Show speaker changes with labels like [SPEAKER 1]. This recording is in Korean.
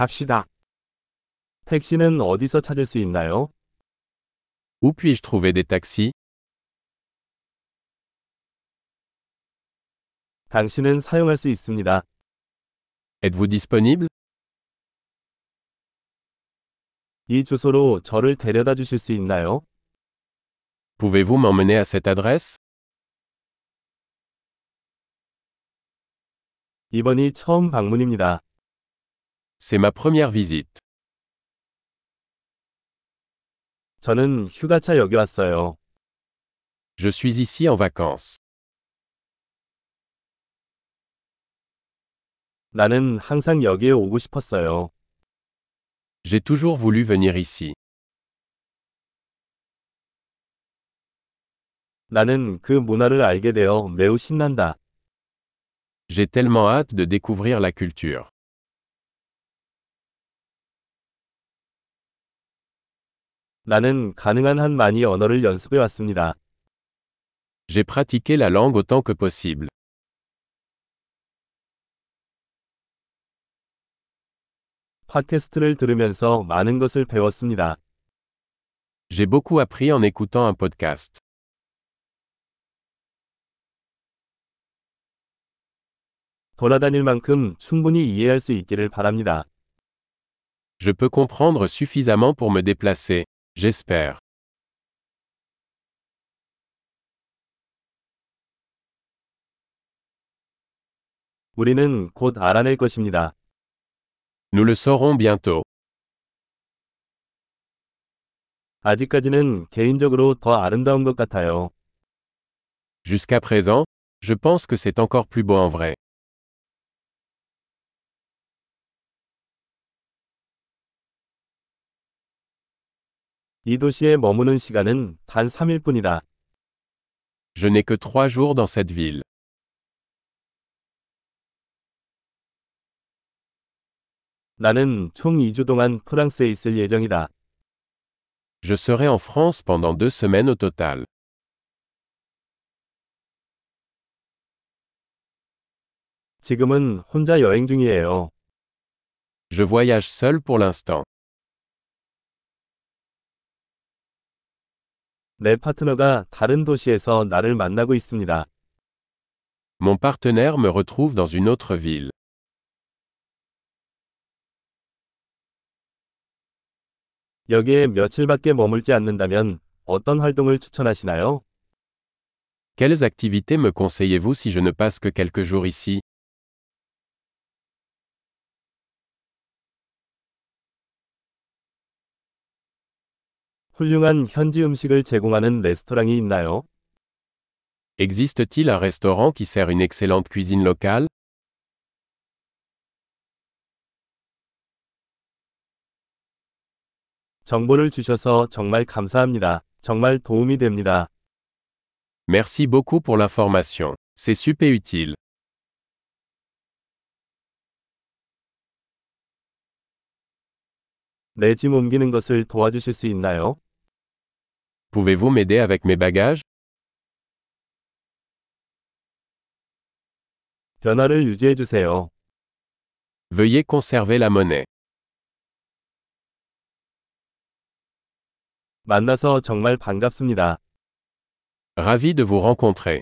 [SPEAKER 1] 갑시다. 택시는 어디서 찾을 수 있나요?
[SPEAKER 2] Où puis-je trouver des taxis
[SPEAKER 1] 당신은 사용할 수 있습니다.
[SPEAKER 2] Êtes-vous disponible
[SPEAKER 1] 이 주소로 저를 데려다 주실 수 있나요?
[SPEAKER 2] Pouvez-vous m'emmener à cette adresse
[SPEAKER 1] 이번이 처음 방문입니다.
[SPEAKER 2] C'est ma première visite.
[SPEAKER 1] 저는 휴가차 여기 왔어요.
[SPEAKER 2] Je suis ici en vacances.
[SPEAKER 1] 나는 항상 여기에 오고 싶었어요.
[SPEAKER 2] J'ai toujours voulu venir ici.
[SPEAKER 1] 나는 그 문화를 알게 되어 매우 신난다.
[SPEAKER 2] J'ai tellement hâte de découvrir la culture.
[SPEAKER 1] 나는 가능한 한 많이 언어를 연습해 왔습니다.
[SPEAKER 2] J'ai pratiqué la langue autant que possible.
[SPEAKER 1] 팟캐스트를 들으면서 많은 것을 배웠습니다.
[SPEAKER 2] J'ai beaucoup appris en écoutant un podcast.
[SPEAKER 1] 돌아다닐 만큼 충분히 이해할 수 있기를 바랍니다.
[SPEAKER 2] Je peux comprendre suffisamment pour me déplacer. J'espère.
[SPEAKER 1] 우리는 곧 알아낼 것입니다.
[SPEAKER 2] Nous le saurons bientôt.
[SPEAKER 1] 아직까지는 개인적으로 더 아름다운 것 같아요.
[SPEAKER 2] Jusqu'à présent, je pense que c'est encore plus beau en vrai.
[SPEAKER 1] 이 도시에 머무는 시간은 단 3일 뿐이다.
[SPEAKER 2] Je n'ai que trois jours dans cette ville.
[SPEAKER 1] 나는 총 2주 동안 프랑스에 있을 예정이다.
[SPEAKER 2] Je serai en France pendant deux semaines au total.
[SPEAKER 1] 지금은 혼자 여행 중이에요.
[SPEAKER 2] Je voyage seul pour l'instant.
[SPEAKER 1] 내 파트너가 다른 도시에서 나를 만나고 있습니다.
[SPEAKER 2] Mon partenaire me retrouve dans une autre ville.
[SPEAKER 1] 여기에 며칠밖에 머물지 않는다면 어떤 활동을 추천하시나요?
[SPEAKER 2] Quelles activités me conseillez-vous si je ne passe que quelques jours ici
[SPEAKER 1] 훌륭한 현지 음식을 제공하는 레스토랑이 있나요?
[SPEAKER 2] Existe-t-il un restaurant qui sert une excellente cuisine locale
[SPEAKER 1] 정보를 주셔서 정말 감사합니다. 정말 도움이 됩니다.
[SPEAKER 2] Merci beaucoup pour l'information. C'est super utile.
[SPEAKER 1] 내 짐 옮기는 것을 도와주실 수 있나요?
[SPEAKER 2] Pouvez-vous m'aider avec mes bagages
[SPEAKER 1] 변화를 유지해 주세요.
[SPEAKER 2] Veuillez conserver la monnaie.
[SPEAKER 1] 만나서 정말 반갑습니다.
[SPEAKER 2] Ravi de vous rencontrer.